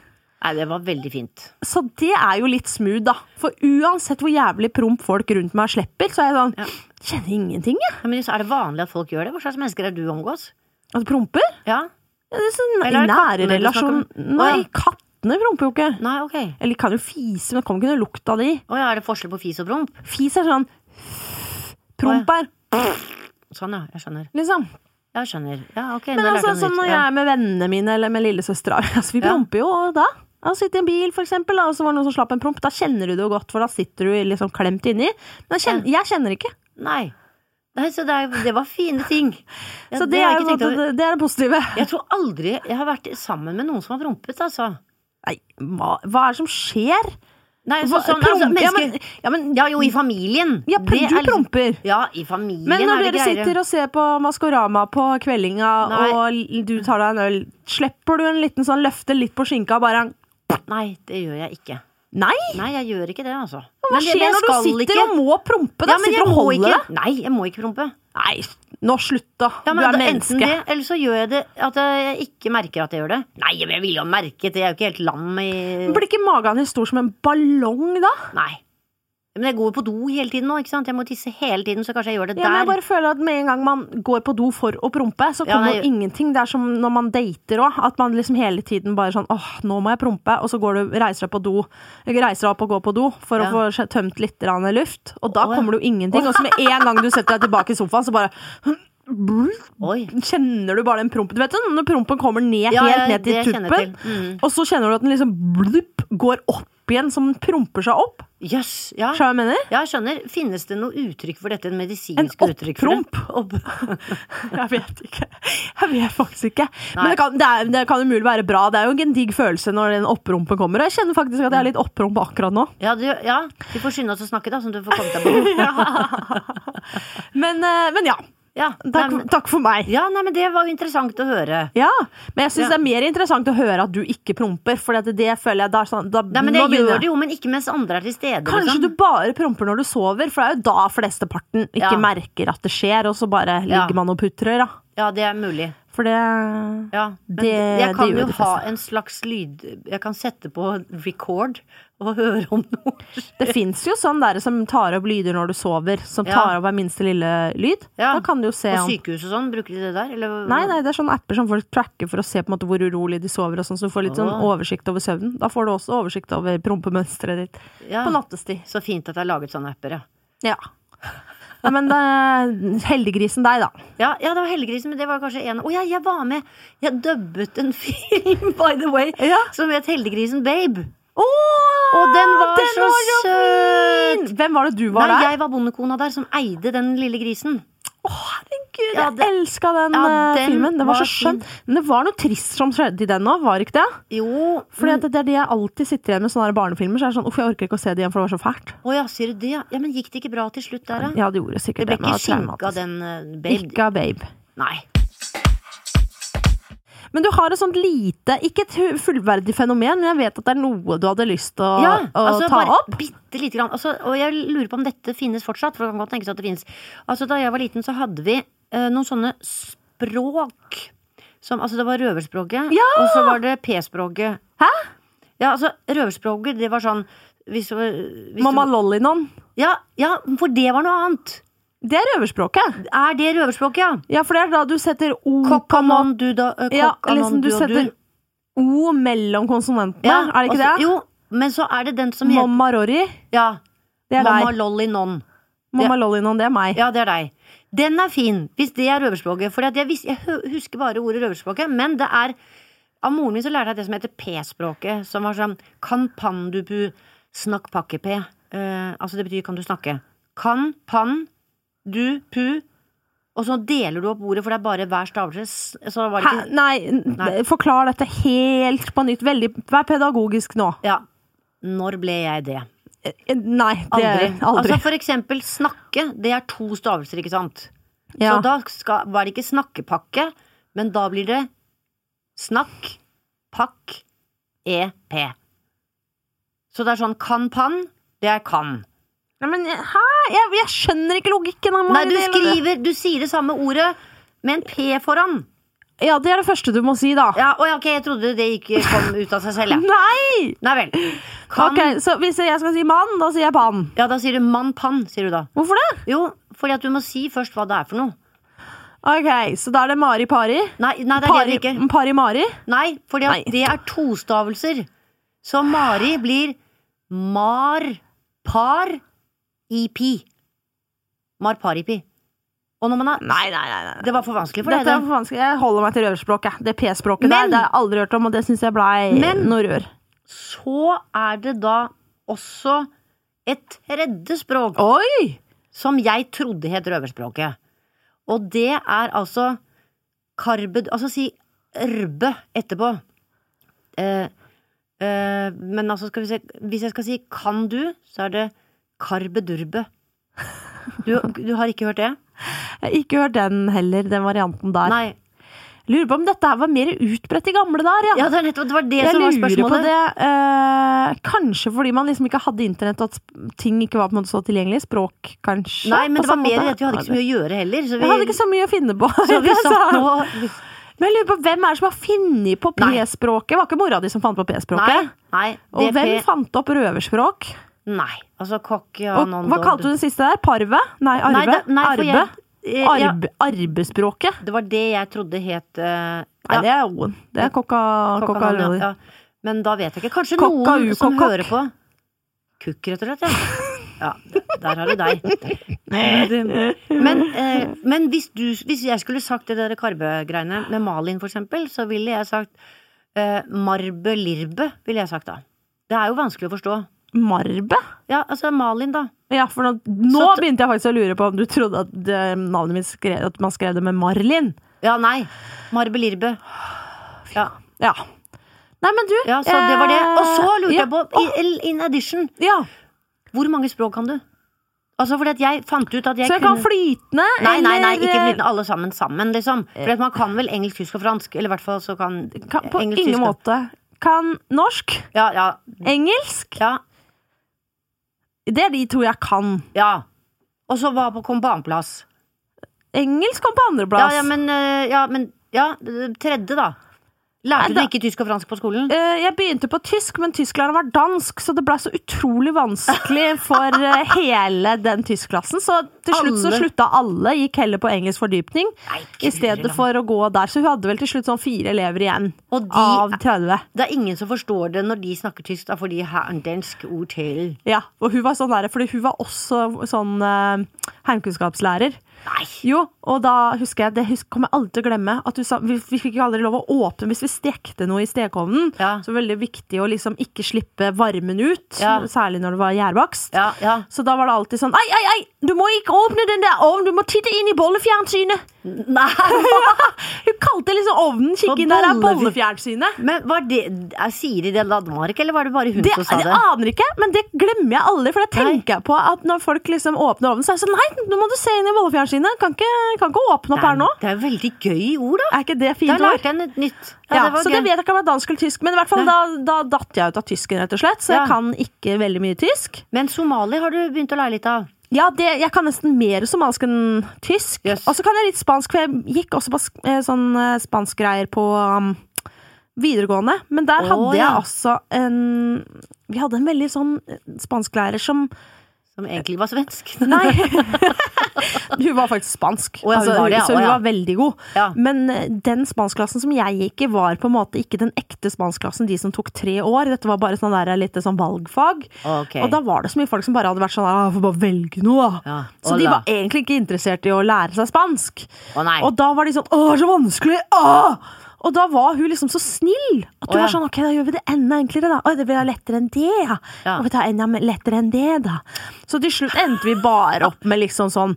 S1: Nei, det var veldig fint.
S2: Så det er jo litt smooth, da. For uansett hvor jævlig promp folk rundt meg slipper, så er jeg sånn Kjenner ingenting, jeg.
S1: Ja, men så er det vanlig at folk gjør det? Hva slags mennesker er det du omgås?
S2: At Altså, promper?
S1: Ja?
S2: Ja, det er sånn, I
S1: Eller er det
S2: nære
S1: kattene du
S2: relasjon
S1: snakker om?
S2: Nei,
S1: Å, ja.
S2: kattene promper jo ikke.
S1: Nei, ok. Å
S2: Eller de kan jo fise, men det kommer ikke noe lukt av de.
S1: ja, er det forskjell på fis og promp?
S2: Fis er sånn Promp er
S1: Sånn, ja. Jeg skjønner.
S2: liksom.
S1: Jeg skjønner. Ja, ok.
S2: Men
S1: nå lærte
S2: altså,
S1: jeg noe
S2: sånn
S1: nytt.
S2: når jeg
S1: Ja.
S2: er med vennene mine eller med lillesøstera altså, Vi
S1: Ja.
S2: promper jo da. Altså, sitter i en bil, for eksempel, da, og så var det noen som slapp en promp. Da kjenner du det jo godt, for da sitter du liksom klemt inni. Men jeg kjenner, jeg kjenner ikke.
S1: Nei. Nei, så det, er, det var fine ting. Ja,
S2: Så det,
S1: har
S2: er,
S1: jeg
S2: jo
S1: ikke tenkt
S2: på en måte-
S1: over.
S2: det, det er det positive.
S1: Jeg tror aldri jeg har vært sammen med noen som har prompet, altså.
S2: Nei, hva, hva er det som skjer?
S1: Nei, så,
S2: Hva-
S1: sånn, altså,
S2: promp- ja, men,
S1: mennesker
S2: ja, men
S1: Ja, jo, i familien.
S2: ja,
S1: Det
S2: du
S1: er liksom-
S2: promper.
S1: Ja, i familien
S2: Men når
S1: er det
S2: dere
S1: greiere.
S2: sitter og ser på Maskorama på kveldinga,
S1: Nei.
S2: og du tar deg en øl, slipper du en liten sånn løfte litt på skinka og bare
S1: Nei, det gjør jeg ikke.
S2: Nei!
S1: Nei, jeg gjør ikke det, altså.
S2: Hva
S1: Men det-
S2: skjer
S1: jeg
S2: når du
S1: skal
S2: sitter
S1: ikke-
S2: og må prompe? Da
S1: Ja, men jeg
S2: sitter du og
S1: må
S2: holder
S1: ikke-
S2: deg?
S1: Nei, jeg må ikke prompe.
S2: Nei, nå slutt, da.
S1: Ja, men
S2: du er
S1: da, Enten
S2: menneske.
S1: det, eller så gjør jeg det at jeg ikke merker at jeg gjør det. Nei, men jeg ville jo merket det. Jeg er jo ikke helt lam i
S2: Blir ikke magen din stor som en ballong, da?
S1: Nei. Men jeg går jo på do hele tiden nå, ikke sant? Jeg må tisse hele tiden, så kanskje jeg gjør det
S2: Ja, men jeg
S1: der.
S2: bare føler at med en gang man går på do for å prompe, så
S1: Ja,
S2: kommer
S1: nei.
S2: ingenting. Det er som når man dater òg, at man liksom hele tiden bare sånn åh, nå må jeg prompe, og så går du, reiser deg på do, eller reiser deg opp og går på do for
S1: Ja.
S2: å få skje- tømt litt grann luft, og da
S1: Å, ja.
S2: kommer det jo ingenting. Og så med en gang du setter deg tilbake i sofaen, så bare
S1: Oi.
S2: kjenner du bare den prompen. Du vet jo når prompen kommer ned,
S1: Ja, ja,
S2: helt ned til
S1: det kjenner jeg
S2: tuppen,
S1: til. Mm.
S2: og så kjenner du at den liksom blup, går opp igjen, som den promper seg opp.
S1: Jøss. ja.
S2: Skjønner du hva jeg mener?
S1: Ja, jeg skjønner. Finnes det noe uttrykk for dette? En
S2: En
S1: medisinsk uttrykk for det?
S2: oppromp. Jeg vet ikke. Jeg vet faktisk ikke. Men
S1: Nei.
S2: det kan, det, er, det kan umulig være bra. Det er jo en digg følelse når den opprumpen kommer. Og jeg kjenner faktisk at jeg er litt opprump akkurat nå.
S1: Ja, du, ja, du får skynde oss å snakke, da, sånn at du får kommet deg på do.
S2: Men, eh, men ja.
S1: Ja, nei,
S2: Takk,
S1: men-
S2: takk for meg.
S1: ja, nei, men det var jo interessant å høre.
S2: Ja, Men jeg syns
S1: Ja.
S2: det er mer interessant å høre at du ikke promper, for det, det føler jeg da, er sånn- da
S1: Nei, men
S2: nå
S1: Jeg
S2: begynner
S1: gjør
S2: jeg.
S1: det jo, men ikke mens andre er til stede.
S2: Kanskje du
S1: liksom.
S2: bare promper når du sover, for det er jo da flesteparten ikke
S1: Ja.
S2: merker at det skjer, og så bare
S1: Ja.
S2: ligger man og putrer, da.
S1: Ja, det er mulig.
S2: For det
S1: Ja, men
S2: Det-
S1: jeg kan
S2: det gjør
S1: jo
S2: de
S1: ha
S2: fleste.
S1: en slags lyd Jeg kan sette på record og høre om noe.
S2: Det fins jo sånn der som tar opp lyder når du sover, som
S1: Ja.
S2: tar opp hver minste lille lyd.
S1: Ja.
S2: Da kan du jo se
S1: På
S2: om
S1: sykehus og sånn, bruker de det der? Eller?
S2: Nei, nei, det er sånne apper som folk tracker for å se på en måte hvor urolig de sover, og sånn, så du får litt sånn
S1: Åh.
S2: oversikt over søvnen. Da får du også oversikt over prompemønsteret ditt
S1: Ja.
S2: på nattestid.
S1: Så fint at det er laget sånne apper, ja.
S2: Ja. Nei, men eh, heldiggrisen deg, da.
S1: Ja, ja, det var Hellegrisen, men det var kanskje en Å ja, jeg var med! Jeg dubbet en film, by the way,
S2: Ja.
S1: som het Heldiggrisen Babe.
S2: Åh,
S1: Og den var
S2: den
S1: så
S2: jo
S1: søt!
S2: fin! Hvem var det du var
S1: Nei,
S2: der?
S1: jeg var bondekona der som eide den lille grisen.
S2: Å, herregud,
S1: Ja,
S2: jeg
S1: det-
S2: elska den,
S1: Ja,
S2: eh,
S1: den
S2: filmen. Den var,
S1: var
S2: så skjønn. Men det var noe trist som skjedde i den òg, var det ikke det?
S1: Jo,
S2: Fordi at det er det jeg alltid sitter igjen med sånne her barnefilmer. Så er det sånn, uff, jeg orker ikke å se det igjen, for det var så fælt.
S1: Å ja, sier du det? Ja, men gikk det ikke bra til slutt der, da?
S2: Ja, det gjorde
S1: Det ble
S2: sikkert det. men
S1: ikke
S2: det var
S1: skinke av
S2: traumatisk.
S1: den eh, babe?
S2: Ikke av babe.
S1: Nei.
S2: Men du har et sånt lite, ikke et hu- fullverdig fenomen, men jeg vet at det er noe du hadde lyst til å,
S1: Ja,
S2: å
S1: altså
S2: ta
S1: bare
S2: opp.
S1: bitte lite grann. Altså, og jeg lurer på om dette finnes fortsatt, for det kan godt tenkes at det finnes. Altså, da jeg var liten, så hadde vi eh, noen sånne språk. Som, altså, det var røverspråket,
S2: Ja!
S1: og så var det P-språket.
S2: Hæ?
S1: Ja, altså, røverspråket, det var sånn hvis, du- hvis
S2: Mamma
S1: du,
S2: Lollinon.
S1: ja, ja, for det var noe annet.
S2: Det er røverspråket.
S1: Er det røverspråket, ja?
S2: Ja, for det er da du setter O på nå-
S1: Kokkanon, du, da. eh,
S2: Ja,
S1: kokkanon,
S2: liksom du
S1: og
S2: setter O mellom konsonantene.
S1: Ja,
S2: er det ikke
S1: altså,
S2: det?
S1: Jo, men så er det den som heter
S2: Mamma Rorri.
S1: Ja.
S2: Det er
S1: Mamma
S2: deg.
S1: lolly non.
S2: Mamma Lollinon, det er meg.
S1: Ja, det er deg. Den er fin, hvis det er røverspråket. For jeg, vis- jeg hø- husker bare ordet røverspråket, men det er Av moren min så lærte jeg det som heter P-språket, som var sånn Kan pan du pu snakk pakke p? Eh, altså det betyr kan du snakke. Kan pan du pu Og så deler du opp ordet, for det er bare hver stavelse. Så da var det
S2: Hæ?
S1: ikke
S2: Nei, n- forklar dette helt på nytt. Veldig, vær pedagogisk nå.
S1: Ja. Når ble jeg det?
S2: Eh, Nei, det
S1: Aldri.
S2: aldri. aldri.
S1: Altså for eksempel snakke, det er to stavelser, ikke sant?
S2: ja.
S1: Så da skal, var det ikke snakkepakke, men da blir det snakk, pakk, EP. Så det er sånn kan pann, det er kan.
S2: Nei, men hæ? Jeg, jeg skjønner ikke logikken. av
S1: Nei,
S2: mange
S1: du
S2: deler.
S1: skriver, du sier det samme ordet med en P foran.
S2: Ja, det er det første du må si, da.
S1: Ja, å ja, ok, jeg trodde det ikke kom ut av seg selv, jeg.
S2: Nei!
S1: Nei vel. Kan,
S2: Ok, Så hvis jeg skal si mann, da sier jeg pann.
S1: Ja, da sier du mann pann, sier du da.
S2: Hvorfor det?
S1: Jo, fordi at du må si først hva det er for noe.
S2: Ok, Så da er det Mari Pari.
S1: Nei, nei det er det
S2: Pari,
S1: det ikke.
S2: Pari Mari.
S1: Nei, for det,
S2: Nei.
S1: det er tostavelser. Så Mari blir mar par ipi. Mar par ipi. Og når man har
S2: Nei, nei, nei. nei.
S1: Det var for vanskelig for deg,
S2: Dette er
S1: det.
S2: for vanskelig. Jeg holder meg til røverspråket. Det P-språket der
S1: Men-
S2: det har jeg aldri hørt om, og det syns jeg blei
S1: Men-
S2: noe rør.
S1: Så er det da også et tredje språk
S2: Oi!
S1: som jeg trodde het røverspråket. Og det er altså karbed... Altså si rbe etterpå. Eh, eh, men altså, skal vi se Hvis jeg skal si kan du, så er det karbedurbe. Du, du har ikke hørt det?
S2: Jeg har ikke hørt den heller, den varianten der.
S1: Nei.
S2: Lurer på om dette her var mer utbredt i gamle dager, ja.
S1: Ja, det, er nettopp, det var det
S2: jeg
S1: som var
S2: lurer på
S1: spørsmålet.
S2: det. eh, kanskje fordi man liksom ikke hadde internett, og at sp- ting ikke var på en måte så tilgjengelig. Språk, kanskje.
S1: Nei, men
S2: på
S1: det var
S2: samme
S1: mer
S2: måte.
S1: det at vi hadde ikke så mye å gjøre heller. Så vi,
S2: Jeg hadde ikke så mye å finne på.
S1: så vi satt nå
S2: Men jeg lurer på hvem er det som har funnet på
S1: Nei.
S2: P-språket? Var ikke mora di som fant på
S1: Nei.
S2: P-språket?
S1: nei
S2: Og
S1: DP
S2: hvem fant opp røverspråk?
S1: Nei. Altså kokk ja,
S2: Og hva kalte du den siste der? Parve? Nei, arve?
S1: Nei, det- nei, for
S2: arbe?
S1: jeg- eh, ja.
S2: Arbe, arbespråket?
S1: Det var det jeg trodde het eh,
S2: Nei,
S1: ja,
S2: det er Oen. Det er kokka... kokka
S1: Kokkanavn, ja. ja. Men da vet jeg ikke. Kanskje
S2: Kokka
S1: noen
S2: u-
S1: som
S2: kokk.
S1: hører på Kukk, rett og slett. Ja. ja der har du deg. Men, eh, men hvis, du, hvis jeg skulle sagt det der karbe-greiene med Malin, for eksempel, så ville jeg sagt eh, marbe lirbe, ville jeg sagt da. Det er jo vanskelig å forstå.
S2: Marbe?
S1: Ja, altså Malin, da.
S2: Ja, for nå, nå
S1: Så t-
S2: begynte jeg faktisk å lure på om du trodde at eh, navnet mitt skrev, at man skrev det med Marlin.
S1: Ja, nei. Marbe lirbe. Ja.
S2: Ja. Nei, men du
S1: ja, så det var det. Og så lurte
S2: eh,
S1: jeg på, i- in addition,
S2: Ja.
S1: hvor mange språk kan du? Altså, fordi at jeg fant ut at jeg
S2: Så jeg kan
S1: kunne
S2: flytende,
S1: Nei, nei, nei, ikke
S2: eller, eh,
S1: flytende alle sammen sammen, liksom. For at man kan vel engelsk, tysk og fransk. Eller i hvert fall så kan,
S2: eh, Kan, på
S1: engelsk,
S2: ingen
S1: tysk og-
S2: måte. Kan norsk,
S1: Ja, ja,
S2: engelsk
S1: ja.
S2: Det er de to jeg kan.
S1: ja. Og så var på kom på annenplass.
S2: Engelsk kom på
S1: Ja,
S2: andreplass.
S1: ja, men eh, Ja, men ja, eh, tredje, da.
S2: Nei,
S1: Lærte du
S2: da-
S1: ikke tysk og fransk på skolen?
S2: Eh, Jeg begynte på tysk, men tysklæreren var dansk, så det ble så utrolig vanskelig for eh, hele den tyskklassen. Så til slutt så
S1: Alle.
S2: slutta alle, gikk heller på engelsk fordypning
S1: Nei,
S2: i stedet
S1: kuleland.
S2: for å gå der. Så hun hadde vel til slutt sånn fire elever igjen
S1: Og de-
S2: av 30.
S1: Det er ingen som forstår det når de snakker tysk, da, fordi her er dansk ord til
S2: Ja, og hun var sånn der, fordi hun var også sånn eh, heimkunnskapslærer.
S1: Nei.
S2: Jo, og da husker jeg, det husk- kommer jeg aldri til å glemme, at du sa, vi, vi fikk jo aldri lov å åpne hvis vi stekte noe i stekeovnen.
S1: Ja.
S2: Så veldig viktig å liksom ikke slippe varmen ut,
S1: Ja.
S2: særlig når det var gjærbakst.
S1: Ja, ja.
S2: Så da var det alltid sånn, ei, ei, ei, du må ikke åpne den der ovnen, du må titte inn i bollefjernsynet.
S1: Nei.
S2: Hun kalte liksom ovnen,
S1: Og
S2: kikk inn der, det er
S1: bollefj-
S2: bollefjernsynet.
S1: Men var det er- Sier de det i Danmark, eller var det bare hun
S2: Det,
S1: som sa
S2: jeg
S1: det?
S2: aner ikke, men det glemmer jeg aldri. For det tenker jeg på at når folk liksom åpner ovnen, så er jeg sånn Nei, nå må du se inn i bollefjernsynet. Kan ikke, kan ikke åpne opp her nå.
S1: Det er jo veldig gøy ord, da.
S2: Er ikke det
S1: Da
S2: fint ord?
S1: lærte jeg et nytt. Ja,
S2: Ja,
S1: det var
S2: så
S1: gøy.
S2: det vet jeg ikke om det er dansk eller tysk, men i hvert fall da, da datt jeg ut av tysken, rett og slett. Så
S1: Ja.
S2: jeg kan ikke veldig mye tysk.
S1: Men somali har du begynt å lære litt av.
S2: Ja, det, jeg kan nesten mer somalisk enn tysk.
S1: Yes.
S2: Og så kan jeg litt spansk, for jeg gikk også på sk- eh, sånn eh, spanskgreier på um, videregående. Men der
S1: Å,
S2: hadde jeg
S1: ja.
S2: også en Vi hadde en veldig sånn eh, spansklærer som
S1: Som egentlig var svensk.
S2: Nei. hun var faktisk spansk,
S1: Å, ja, hun
S2: altså,
S1: var det, ja.
S2: så
S1: Å,
S2: hun
S1: ja.
S2: var veldig god.
S1: Ja.
S2: Men eh, den spanskklassen som jeg gikk i, var på en måte ikke den ekte spanskklassen, de som tok tre år. Dette var bare sånn der, litt sånn valgfag.
S1: Ok.
S2: Og da var det så mye folk som bare hadde vært sånn «Ah, Får bare velge noe, da.
S1: Ja.
S2: Så de
S1: Hola.
S2: var egentlig ikke interessert i å lære seg spansk.
S1: Å, nei.
S2: Og da var de sånn Å, det er så vanskelig! Åh! Og da var hun liksom så snill at
S1: Å,
S2: du
S1: ja.
S2: var sånn OK, da gjør vi det enda enklere, da. Oi, det blir da lettere enn det, ja.
S1: Ja.
S2: Og vi tar enda mer- lettere enn det, da. Så til slutt endte vi bare opp med liksom sånn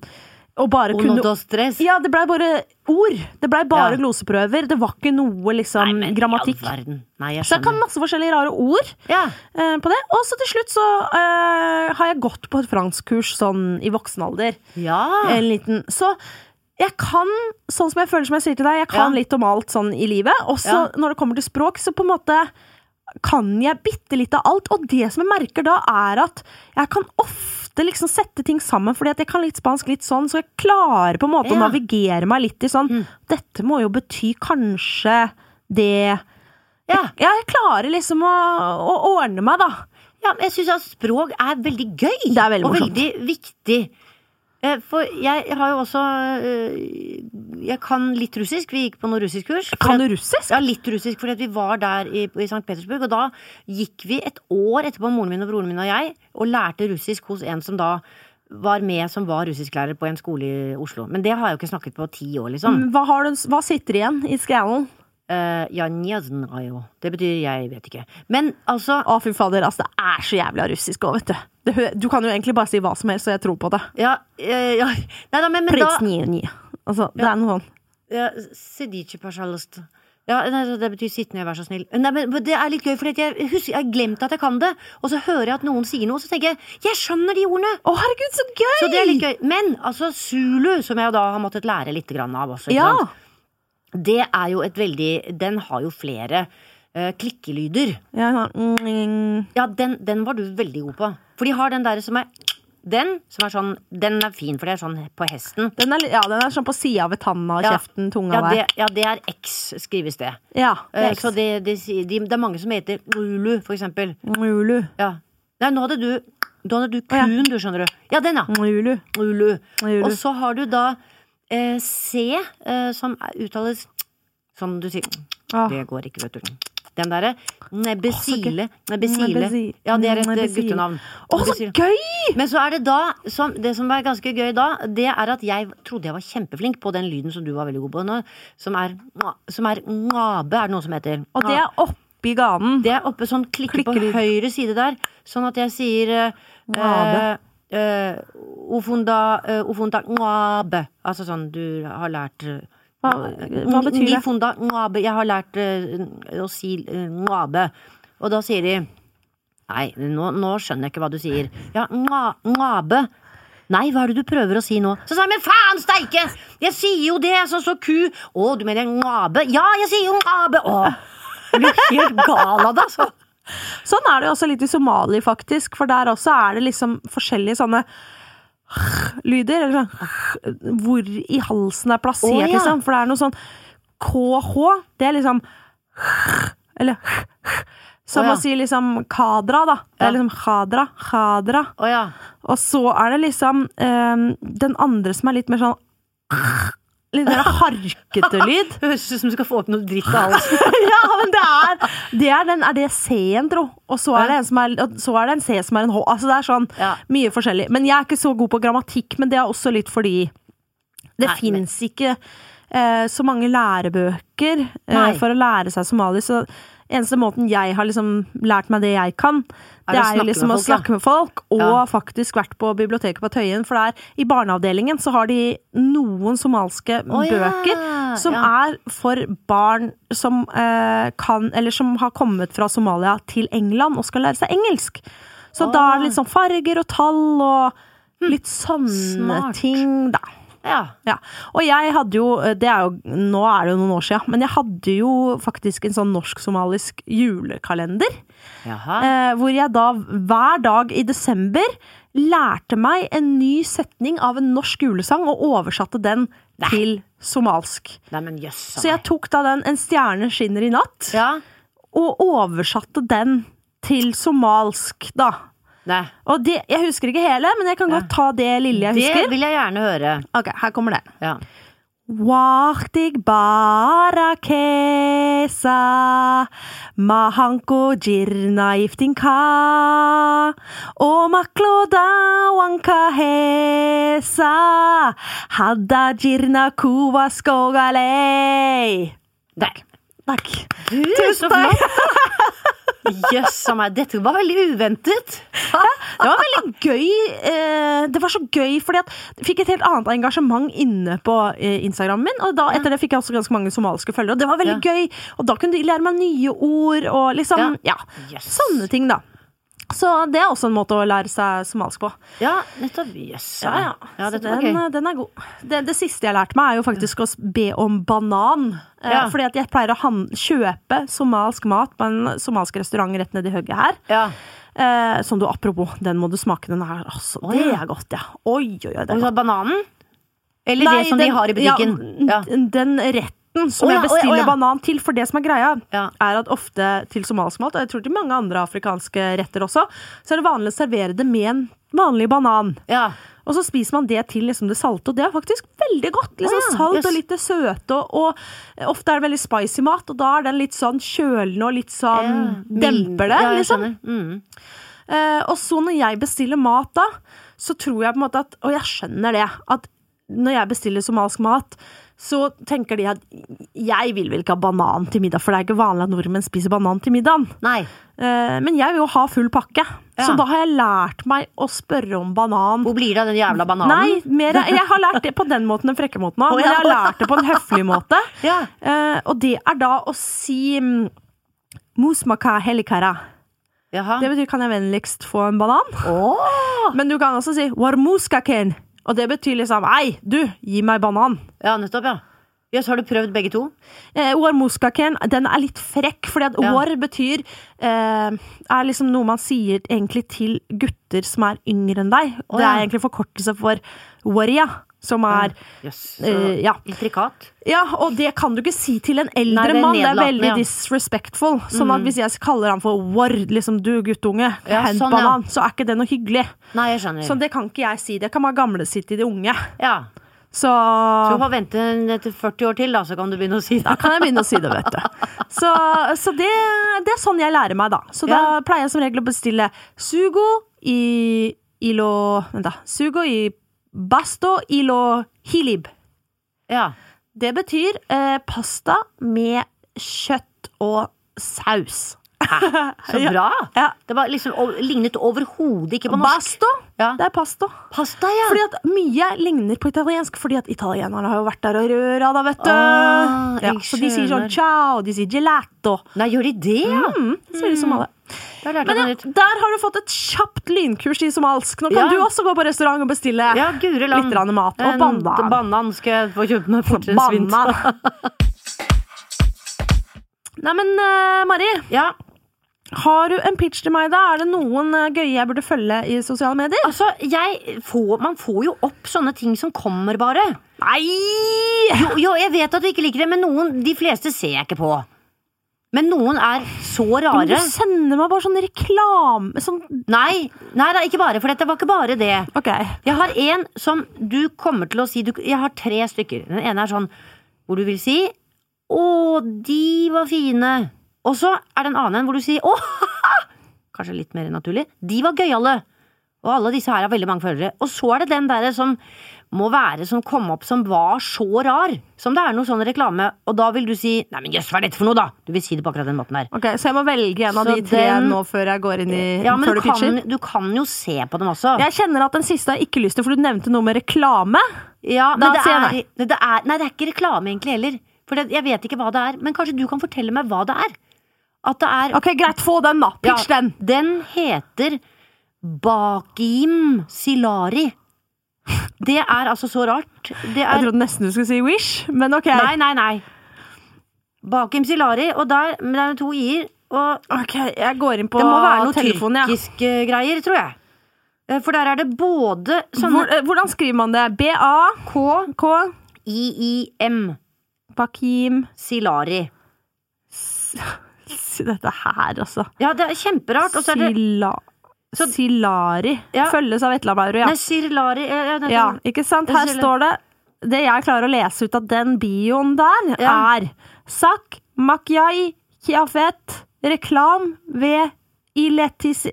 S2: og bare
S1: Uno,
S2: kunne
S1: dos, tres.
S2: Ja, det blei bare ord. Det blei bare
S1: Ja.
S2: gloseprøver. Det var ikke noe liksom
S1: Nei, men i
S2: grammatikk.
S1: all verden. Nei, jeg
S2: Så jeg kan
S1: skjønner.
S2: masse forskjellige rare ord
S1: Ja.
S2: eh, på det. Og så til slutt så eh, har jeg gått på et franskkurs sånn i voksen alder.
S1: ja.
S2: En liten. Så jeg kan, sånn som jeg føler som jeg sier til deg, jeg kan
S1: Ja.
S2: litt om alt sånn i livet. Også
S1: Ja.
S2: når det kommer til språk, så på en måte kan jeg bitte litt av alt. Og det som jeg merker da, er at jeg kan ofte liksom sette ting sammen, fordi at jeg kan litt spansk, litt sånn, så jeg klarer på en måte å
S1: Ja. Mm.
S2: navigere meg litt i sånn Dette må jo bety kanskje det
S1: Ja.
S2: Ja, jeg klarer liksom å, å ordne meg, da.
S1: ja, men jeg syns at språk er veldig gøy.
S2: Det er veldig
S1: og
S2: morsomt.
S1: veldig viktig. Eh, For jeg har jo også eh, Jeg kan litt russisk. Vi gikk på noe russiskkurs.
S2: Kan du russisk?
S1: Ja, litt russisk, fordi at vi var der i, i St. Petersburg. Og da gikk vi et år etterpå, moren min og broren min og jeg, og lærte russisk hos en som da var med som var russisklærer på en skole i Oslo. Men det har jeg jo ikke snakket på ti år, liksom.
S2: Hva, har du, hva sitter igjen i skallen?
S1: Eh, «Я не знаю». Det betyr jeg vet ikke. Men altså
S2: Å, fy fader, altså, det er så jævlig av russisk òg, vet du. Det, hø- du kan jo egentlig bare si hva som helst, og jeg tror på det.
S1: Ja, eh, ja. Nei da, men, men da
S2: Prins 99. Altså, det er noe sånn.
S1: Ja, «Сидите, пожалуйста». Ja, nei, det betyr 'sitt ned, vær så snill'. Eh, Nei, men men Det er litt gøy, for jeg, husker- jeg har glemt at jeg kan det. Og så hører jeg at noen sier noe, og så tenker jeg 'jeg skjønner de ordene'.
S2: Å, herregud, så gøy!
S1: Så det er litt gøy. Men altså, Zulu, som jeg da har måttet lære litt grann av også, ikke
S2: Ja.
S1: sant? det er jo et veldig Den har jo flere eh, klikkelyder.
S2: ja sånn, mm, mm.
S1: Ja, den, den var du veldig god på. For de har den der som er Den som er sånn Den er fin, for det er sånn på hesten.
S2: Den er, litt- ja, den er sånn på sida ved tanna,
S1: Ja.
S2: kjeften, tunga
S1: Ja, det,
S2: der.
S1: ja, det er X, skrives det.
S2: Ja, det
S1: Eh,
S2: er
S1: Så
S2: ikke
S1: det, det, sier- de, det er mange som heter Ulu, for eksempel.
S2: Mulu.
S1: Ja. Nei, nå hadde du Da hadde du kuen, du, skjønner du. Ja, den, ja.
S2: Julu.
S1: Ulu.
S2: Julu.
S1: Og så har du da eh, C, eh, som er- uttales Som du sier
S2: Ah.
S1: Det går ikke, vet du. Den derre Nebesile.
S2: Nebesi-
S1: Nebesile. Ja, det er et eh,
S2: Nebesile.
S1: guttenavn.
S2: Mm, Å, så
S1: Nebesile.
S2: gøy!
S1: Men så er det da som, Det som er ganske gøy da, det er at jeg trodde jeg var kjempeflink på den lyden som du var veldig god på nå, som er Som er ngabe, er det noe som heter.
S2: Og det er oppi ganen.
S1: Det er oppe sånn klikker,
S2: Klikker i-
S1: på høyre side der, sånn at jeg sier eh,
S2: Ngabe.
S1: Ofunda Ofunda eh, ngabe. Altså sånn du har lært eh,
S2: Hva, hva betyr det?
S1: Nifunda ngabe. Jeg har lært eh, å si eh, ngabe. Og da sier de Nei, nå, nå skjønner jeg ikke hva du sier. Ja, nga, ngabe. Nei, hva er det du prøver å si nå? Så sa jeg, men faen steike! Jeg sier jo det, sånn som ku. Å, du mener ngabe? Ja, jeg sier jo ngabe! Å, blir helt gal av det, altså.
S2: Sånn er det jo også litt i Somali, faktisk. For der også er det liksom forskjellige sånne lyder. Eller sånn hvor i halsen det er plassert,
S1: Å, ja.
S2: liksom. For det er noe sånn KH. Det er liksom Eller Som
S1: Å, ja.
S2: å si liksom kadra, da. Det
S1: Ja.
S2: er liksom kadra, kadra.
S1: Å ja.
S2: Og så er det liksom eh, den andre som er litt mer sånn Litt mer harkete lyd.
S1: Det høres ut som du skal få opp noe dritt av halsen.
S2: ja, men det er Det er, den, er det C-en, tro. Og så er, det
S1: Ja.
S2: en som er, og så er det en C som er en H. Altså det er sånn
S1: Ja.
S2: mye forskjellig. Men jeg er ikke så god på grammatikk, men det er også litt fordi det
S1: Nei, men-
S2: fins ikke eh, så mange lærebøker eh,
S1: Nei.
S2: for å lære seg somali, så eneste måten jeg har liksom lært meg det jeg kan,
S1: Er å
S2: det er jo
S1: snakke
S2: liksom
S1: med
S2: å
S1: folk, ja.
S2: snakke med folk, og
S1: Ja.
S2: faktisk vært på biblioteket på Tøyen, for der, i barneavdelingen, så har de noen somalske
S1: Å, ja.
S2: bøker som
S1: Ja.
S2: er er for barn som eh, kan Eller som har kommet fra Somalia til England og skal lære seg engelsk. Så
S1: Åh.
S2: da er det litt sånn farger og tall og litt sånne
S1: Hm. Smart.
S2: ting, da.
S1: Ja.
S2: Ja. Og jeg hadde jo det er jo, Nå er det jo noen år siden, men jeg hadde jo faktisk en sånn norsk-somalisk julekalender.
S1: Jaha.
S2: Eh, hvor jeg da hver dag i desember lærte meg en ny setning av en norsk julesang og oversatte den til somalsk.
S1: Nei, men jøssa
S2: Så jeg tok da den 'En stjerne skinner i natt'
S1: Ja.
S2: og oversatte den til somalsk, da.
S1: Nei.
S2: Og det, jeg husker ikke hele, men jeg kan godt ta det lille jeg
S1: Det
S2: husker.
S1: vil jeg gjerne høre.
S2: Ok, her kommer det.
S1: Ja.
S2: Wahtig barakesa Mahanko jirna iftinka O makloda wanka hesa Hadda jirna kuwa skogalei
S1: Takk.
S2: Takk.
S1: Tusen takk! Jøssa meg. Dette var veldig uventet.
S2: Det var veldig gøy. eh, Det var så gøy fordi at jeg fikk et helt annet engasjement inne på eh, Instagramen min. Og da, etter det fikk jeg også ganske mange somaliske følgere, og det var veldig gøy. Og da kunne de lære meg nye ord og liksom Ja.
S1: Jøss.
S2: Sånne ting, da. Så det er også en måte å lære seg somalisk på.
S1: Ja, nettopp. Jøssa.
S2: Ja, ja.
S1: ja
S2: Så
S1: dette
S2: den,
S1: var gøy.
S2: eh, den er god. Det, det siste jeg lærte meg, er jo faktisk å s- be om banan. Eh,
S1: Ja.
S2: Fordi at jeg pleier å han kjøpe somalsk mat på en somalsk restaurant rett nedi hugget her.
S1: Ja.
S2: Eh, som du, apropos, den må du smake. Den her, altså.
S1: Å,
S2: Det
S1: ja.
S2: er godt, ja. Oi, oi, oi. Det
S1: Og
S2: er
S1: så
S2: godt.
S1: bananen? Eller det som
S2: den-
S1: de har i butikken?
S2: Ja,
S1: Ja.
S2: Den retten som
S1: Å, ja, å,
S2: jeg
S1: ja, å,
S2: bestiller
S1: ja.
S2: banan til. For det som er greia,
S1: Ja.
S2: er at ofte til somalisk mat, og jeg tror til mange andre afrikanske retter også, så er det vanlig å servere det med en vanlig banan.
S1: ja.
S2: Og så spiser man det til liksom det salte, og det er faktisk veldig godt. Liksom,
S1: Å, ja,
S2: Salt og
S1: yes.
S2: litt det søte, og, og ofte er det veldig spicy mat, og da er den litt sånn kjølende og litt sånn demper det,
S1: Eh, Ja, jeg
S2: liksom.
S1: skjønner. Mm.
S2: Eh, og så når jeg bestiller mat da, så tror jeg på en måte at Og jeg skjønner det. At når jeg bestiller somalisk mat, så tenker de at jeg vil vel ikke ha banan til middag, for det er ikke vanlig at nordmenn spiser banan til middagen.
S1: Nei.
S2: Eh, men jeg vil jo ha full pakke.
S1: Ja.
S2: Så da har jeg lært meg å spørre om banan.
S1: Hvor blir det av den jævla bananen?
S2: Nei, mer, jeg har lært det på den måten, den frekke måten òg,
S1: Å,
S2: men
S1: ja.
S2: jeg har lært det på en høflig måte.
S1: Ja.
S2: Eh, og det er da å si mm, Musmaka helikara.
S1: Jaha.
S2: Det betyr kan jeg vennligst få en banan?
S1: Åh!
S2: Men du kan også si warmuskaken. Og det betyr liksom Ei, du, gi meg banan.
S1: Ja, nettopp, ja. Jøss, har du prøvd begge to?
S2: Eh, warmuskaken, den er litt frekk, fordi at
S1: Ja.
S2: war betyr eh, Er liksom noe man sier egentlig til gutter som er yngre enn deg.
S1: Å,
S2: Det
S1: ja.
S2: er egentlig forkortelse for waria. som er
S1: Jøss.
S2: eh, ja.
S1: Intrikat.
S2: Ja, og det kan du ikke si til en eldre
S1: Nei, det er
S2: mann. Det er
S1: nedlatende,
S2: veldig
S1: ja. Mm.
S2: disrespectful. Sånn at hvis jeg kaller han for Ward, liksom du guttunge,
S1: Ja,
S2: hent
S1: sånn, ja.
S2: banan, så er ikke det noe hyggelig.
S1: Nei, jeg skjønner.
S2: Så det kan ikke jeg si. Det kan man gamle si til de unge.
S1: Ja.
S2: Så
S1: Du må vente en- etter 40 år til, da, så kan du begynne å si det.
S2: kan jeg begynne å si det, vet du. Så, så det, det er sånn jeg lærer meg, da. Så
S1: Ja.
S2: da pleier jeg som regel å bestille sugo i ilo Vent, da. Sugo i basto ilo hilib.
S1: Ja.
S2: Det betyr eh, pasta med kjøtt og saus.
S1: Så bra!
S2: Ja.
S1: Det var liksom og lignet overhodet ikke på norsk.
S2: Basto,
S1: Ja.
S2: det er pasta.
S1: Pasta, ja!
S2: Fordi at mye ligner på italiensk, fordi at italienerne har jo vært der og røra, da, vet du.
S1: Ah,
S2: ja,
S1: jeg
S2: så de sier sånn
S1: skjønner.
S2: ciao, de sier gelato.
S1: Nei, gjør de det, ja?
S2: Mm, det sier de som alle.
S1: Da lærte
S2: Men
S1: jeg
S2: ja,
S1: noe nytt.
S2: der har du fått et kjapt lynkurs i somalsk. Nå kan
S1: Ja.
S2: du også gå på restaurant og bestille
S1: Ja, guri land.
S2: litt grann mat. Og
S1: En
S2: banan.
S1: banan skal jeg få kjøpt meg fortere enn svint.
S2: Banan. Neimen, uh, Mari,
S1: Ja,
S2: har du en pitch til meg, da? Er det noen eh, gøye jeg burde følge i sosiale medier?
S1: altså, jeg får, man får jo opp sånne ting som kommer, bare.
S2: Nei!
S1: Jo, jo, jeg vet at du ikke liker det, men noen, de fleste ser jeg ikke på. Men noen er så
S2: Men du
S1: rare.
S2: sender meg bare sånn reklame sånn
S1: Nei, nei da, ikke bare, for dette var ikke bare det.
S2: OK.
S1: Jeg har en som du kommer til å si du, Jeg har tre stykker. Den ene er sånn hvor du vil si 'Å, de var fine'. Og så er det en annen en hvor du sier 'Å, kanskje litt mer naturlig. De var gøyale. Og alle disse her har veldig mange følgere. Og så er det den derre som må være som kom opp som var så rar. Som det er noe sånn reklame. Og da vil du si 'Nei, men jøss, hva er dette for noe', da? Du vil si det på akkurat den måten der.
S2: Ok, Så jeg må velge en av
S1: Så
S2: de tre
S1: den-
S2: nå før jeg går inn i
S1: Ja, men
S2: Eh,
S1: du
S2: før du pitcher?
S1: kan, du kan jo se på dem også.
S2: Jeg kjenner at den siste har jeg ikke lyst til, for du nevnte noe med reklame.
S1: Ja,
S2: Da
S1: men det
S2: sier
S1: er,
S2: jeg
S1: det er Nei, det er ikke reklame egentlig heller. For det, jeg vet ikke hva det er. Men kanskje du kan fortelle meg hva det er? At det er
S2: Ok, Greit, få den, da. Pitch
S1: Ja,
S2: den.
S1: Den heter Bakim Silari. Det er altså så rart. Det
S2: Jeg
S1: er
S2: trodde nesten du skulle si Wish, men ok.
S1: Nei, nei, nei. Bakim Silari, og der men det er to i-er. Og
S2: Ok, Jeg går inn på
S1: det må være noe
S2: telefonen, ja.
S1: tyrkiske greier, tror jeg. Eh, For der er det både sånne
S2: Hvor, eh, hvordan skriver man det? BA
S1: K,
S2: K
S1: I-I-M
S2: Bakim
S1: Silari.
S2: S- Dette her, altså.
S1: Ja, det er kjemperart. Og så er det
S2: Sila...
S1: Så-
S2: Silari.
S1: Ja.
S2: Følges av Vetle Mauro, ja.
S1: Nei, Sirlari ja, ja, det er
S2: ja.
S1: sånn.
S2: Ikke sant? Her
S1: Sila-
S2: står det Det jeg klarer å lese ut av den bioen der,
S1: Ja.
S2: er Sak makyaj kiafet reklam ved iletis...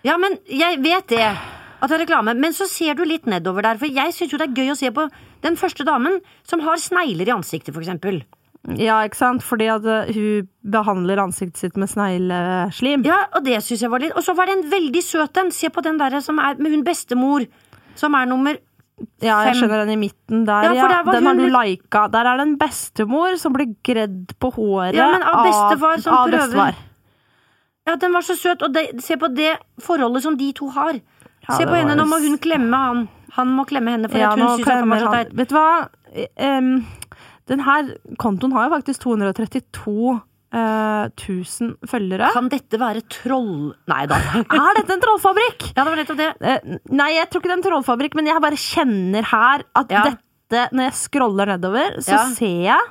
S1: ja, men jeg vet det. At det er reklame. Men så ser du litt nedover der. For jeg syns jo det er gøy å se på den første damen som har snegler i ansiktet, for eksempel.
S2: Ja, ikke sant? Fordi at eh, hun behandler ansiktet sitt med snegleslim.
S1: Ja, og det syns jeg var litt Og så var det en veldig søt en. Se på den derre som er med hun bestemor. Som er nummer
S2: Ja, jeg
S1: Fem.
S2: skjønner den i midten der,
S1: Ja,
S2: ja.
S1: for der var
S2: Den
S1: hun
S2: har du
S1: litt-
S2: lika. Der er det en bestemor som blir gredd på håret
S1: Ja, men av bestefar som
S2: av
S1: prøver.
S2: bestefar.
S1: Ja, den var så søt. Og det- se på det forholdet som de to har.
S2: Ja,
S1: se
S2: det
S1: på henne,
S2: var
S1: nå
S2: jo
S1: må
S2: s-
S1: hun klemme han. Han må klemme henne, for
S2: Ja,
S1: at
S2: nå
S1: hun syns han var
S2: klemmer
S1: så
S2: han.
S1: teit.
S2: Vet du hva? Eh, Em, den her kontoen har jo faktisk 232 eh, 1000 følgere.
S1: Kan dette være troll... Nei da.
S2: Er dette en trollfabrikk?
S1: Ja, det var nettopp det.
S2: Eh, nei, jeg tror ikke det er en trollfabrikk, men jeg bare kjenner her at
S1: Ja.
S2: dette Når jeg scroller nedover, så
S1: Ja.
S2: ser jeg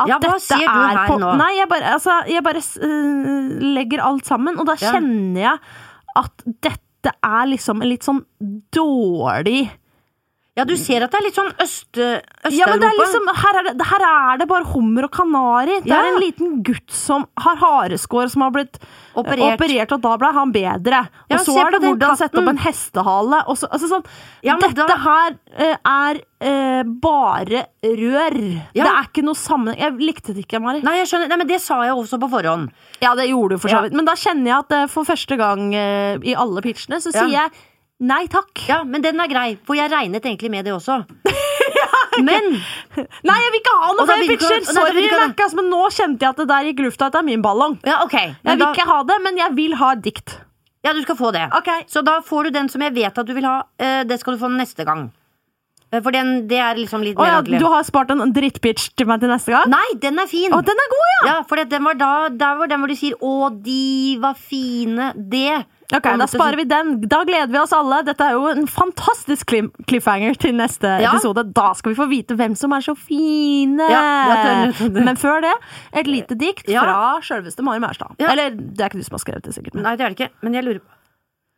S2: at
S1: Ja, hva
S2: dette
S1: ser du
S2: er
S1: her
S2: på
S1: nå?
S2: Nei, jeg bare, altså, jeg bare eh, legger alt sammen, og da
S1: Ja.
S2: kjenner jeg at dette er liksom en litt sånn dårlig
S1: Ja, du ser at det er litt sånn øst, Øst-Europa.
S2: Ja, men det er liksom, her er det, her er det bare hummer og kanari. Det
S1: Ja.
S2: er en liten gutt som har hareskår som har blitt eh,
S1: Operert.
S2: operert og da ble han bedre.
S1: Ja,
S2: og så
S1: se
S2: er
S1: på
S2: det
S1: den
S2: hvordan sette opp
S1: katten.
S2: en hestehale. Og så, altså sånn,
S1: Ja, men
S2: dette
S1: da-
S2: her eh, er eh, bare rør.
S1: Ja.
S2: Det er ikke noe sammenheng. Jeg likte det ikke, Mari.
S1: Nei, jeg skjønner. Nei, men det sa jeg også på forhånd.
S2: Ja, det gjorde du for så
S1: Ja.
S2: vidt. Men da kjenner jeg at eh, for første gang eh, i alle pitchene, så
S1: Ja.
S2: sier jeg nei takk.
S1: Ja, men den er grei, for jeg regnet egentlig med det også. Men
S2: Nei, jeg vil ikke ha
S1: Og
S2: noen
S1: da
S2: flere
S1: vil du ikke ha- Nei,
S2: pitcher!
S1: da vil du
S2: Sorry,
S1: ikke ha det.
S2: Mac, ass, men nå kjente jeg at det der gikk lufta ut av min ballong.
S1: Ja, ok.
S2: Jeg
S1: Men
S2: vil
S1: da,
S2: ikke ha det, men jeg vil ha et dikt.
S1: ja, du skal få det.
S2: Ok.
S1: Så da får du den som jeg vet at du vil ha. Eh, Det skal du få neste gang. Eh, For den, det er liksom litt
S2: Å
S1: mer
S2: ja,
S1: ordentlig.
S2: du har spart en drittpitch til meg til neste gang?
S1: Nei, den er fin!
S2: Å, den er god, ja!
S1: Ja, for det- den var da Der var den hvor du sier 'Å, de var fine'. Det
S2: Ok, Da sparer vi den. Da gleder vi oss alle. Dette er jo en fantastisk klim- cliffhanger til neste
S1: Ja.
S2: episode. Da skal vi få vite hvem som er så fine!
S1: Ja, det er nettopp det.
S2: Men før det, et lite dikt
S1: Ja.
S2: fra sjølveste Mari Maurstad.
S1: Ja.
S2: Eller det er ikke du som har skrevet det, sikkert. Men.
S1: Nei, det er det ikke. Men jeg lurer på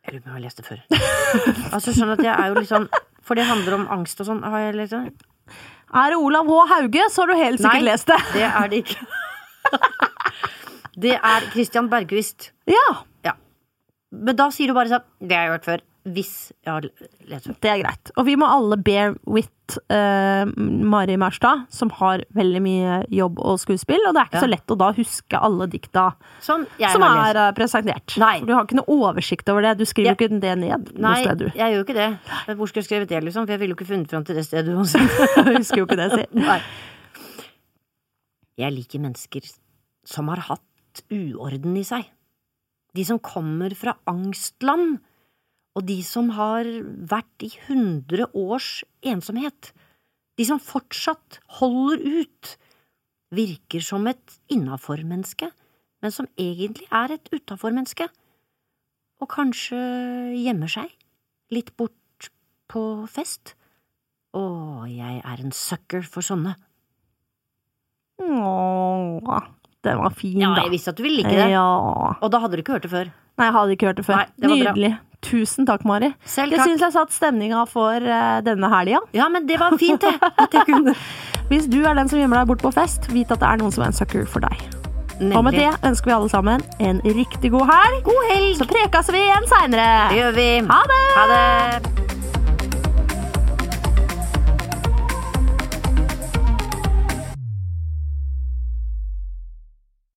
S1: Jeg lurer på om jeg har lest det før. altså sånn at jeg er jo litt sånn For det handler om angst og sånn. Har jeg lest det?
S2: Er det Olav H. Hauge, så har du helt sikkert
S1: Nei.
S2: lest det.
S1: Det er det ikke. det er Christian Bergquist.
S2: Ja,
S1: Ja. Men da sier du bare sånn Det har jeg hørt før. Hvis jeg har lest før.
S2: det er greit. Og vi må alle bear with eh, Mari Maurstad, som har veldig mye jobb og skuespill. Og det er ikke
S1: Ja.
S2: så lett å da huske alle dikta
S1: Som Sånn, jeg
S2: som
S1: har lest.
S2: er eh, presentert.
S1: Nei.
S2: For du har ikke noe oversikt over det. Du skriver jo ikke det ned noe
S1: Nei,
S2: sted, du.
S1: jeg gjør jo ikke det. Hvor skulle jeg skrevet det, liksom? For jeg ville jo ikke funnet fram til det stedet uansett.
S2: Jeg husker jo ikke det, si.
S1: Nei. Jeg liker mennesker som har hatt uorden i seg. De som kommer fra angstland, og de som har vært i hundre års ensomhet. De som fortsatt holder ut, virker som et innafor-menneske, men som egentlig er et utafor-menneske, og kanskje gjemmer seg litt bort på fest. Å, jeg er en sucker for sånne.
S2: Åh, den var fin,
S1: Ja,
S2: da.
S1: jeg visste at du ville like det.
S2: Ja.
S1: Og da hadde du ikke hørt det før.
S2: Nei, jeg hadde ikke hørt det før.
S1: Nei, det var bra.
S2: Nydelig. Tusen takk, Mari.
S1: Selv
S2: Jeg
S1: takk.
S2: syns jeg satt stemninga for eh, denne helga.
S1: Ja, men det var fint, det. At jeg kunne.
S2: Hvis du er den som gjemmer deg bort på fest, vit at det er noen som er en sucker for deg.
S1: Nemlig.
S2: Og med det ønsker vi alle sammen en riktig god helg.
S1: God helg!
S2: Så prekes vi igjen seinere.
S1: Det gjør vi.
S2: Ha det!
S1: Ha det.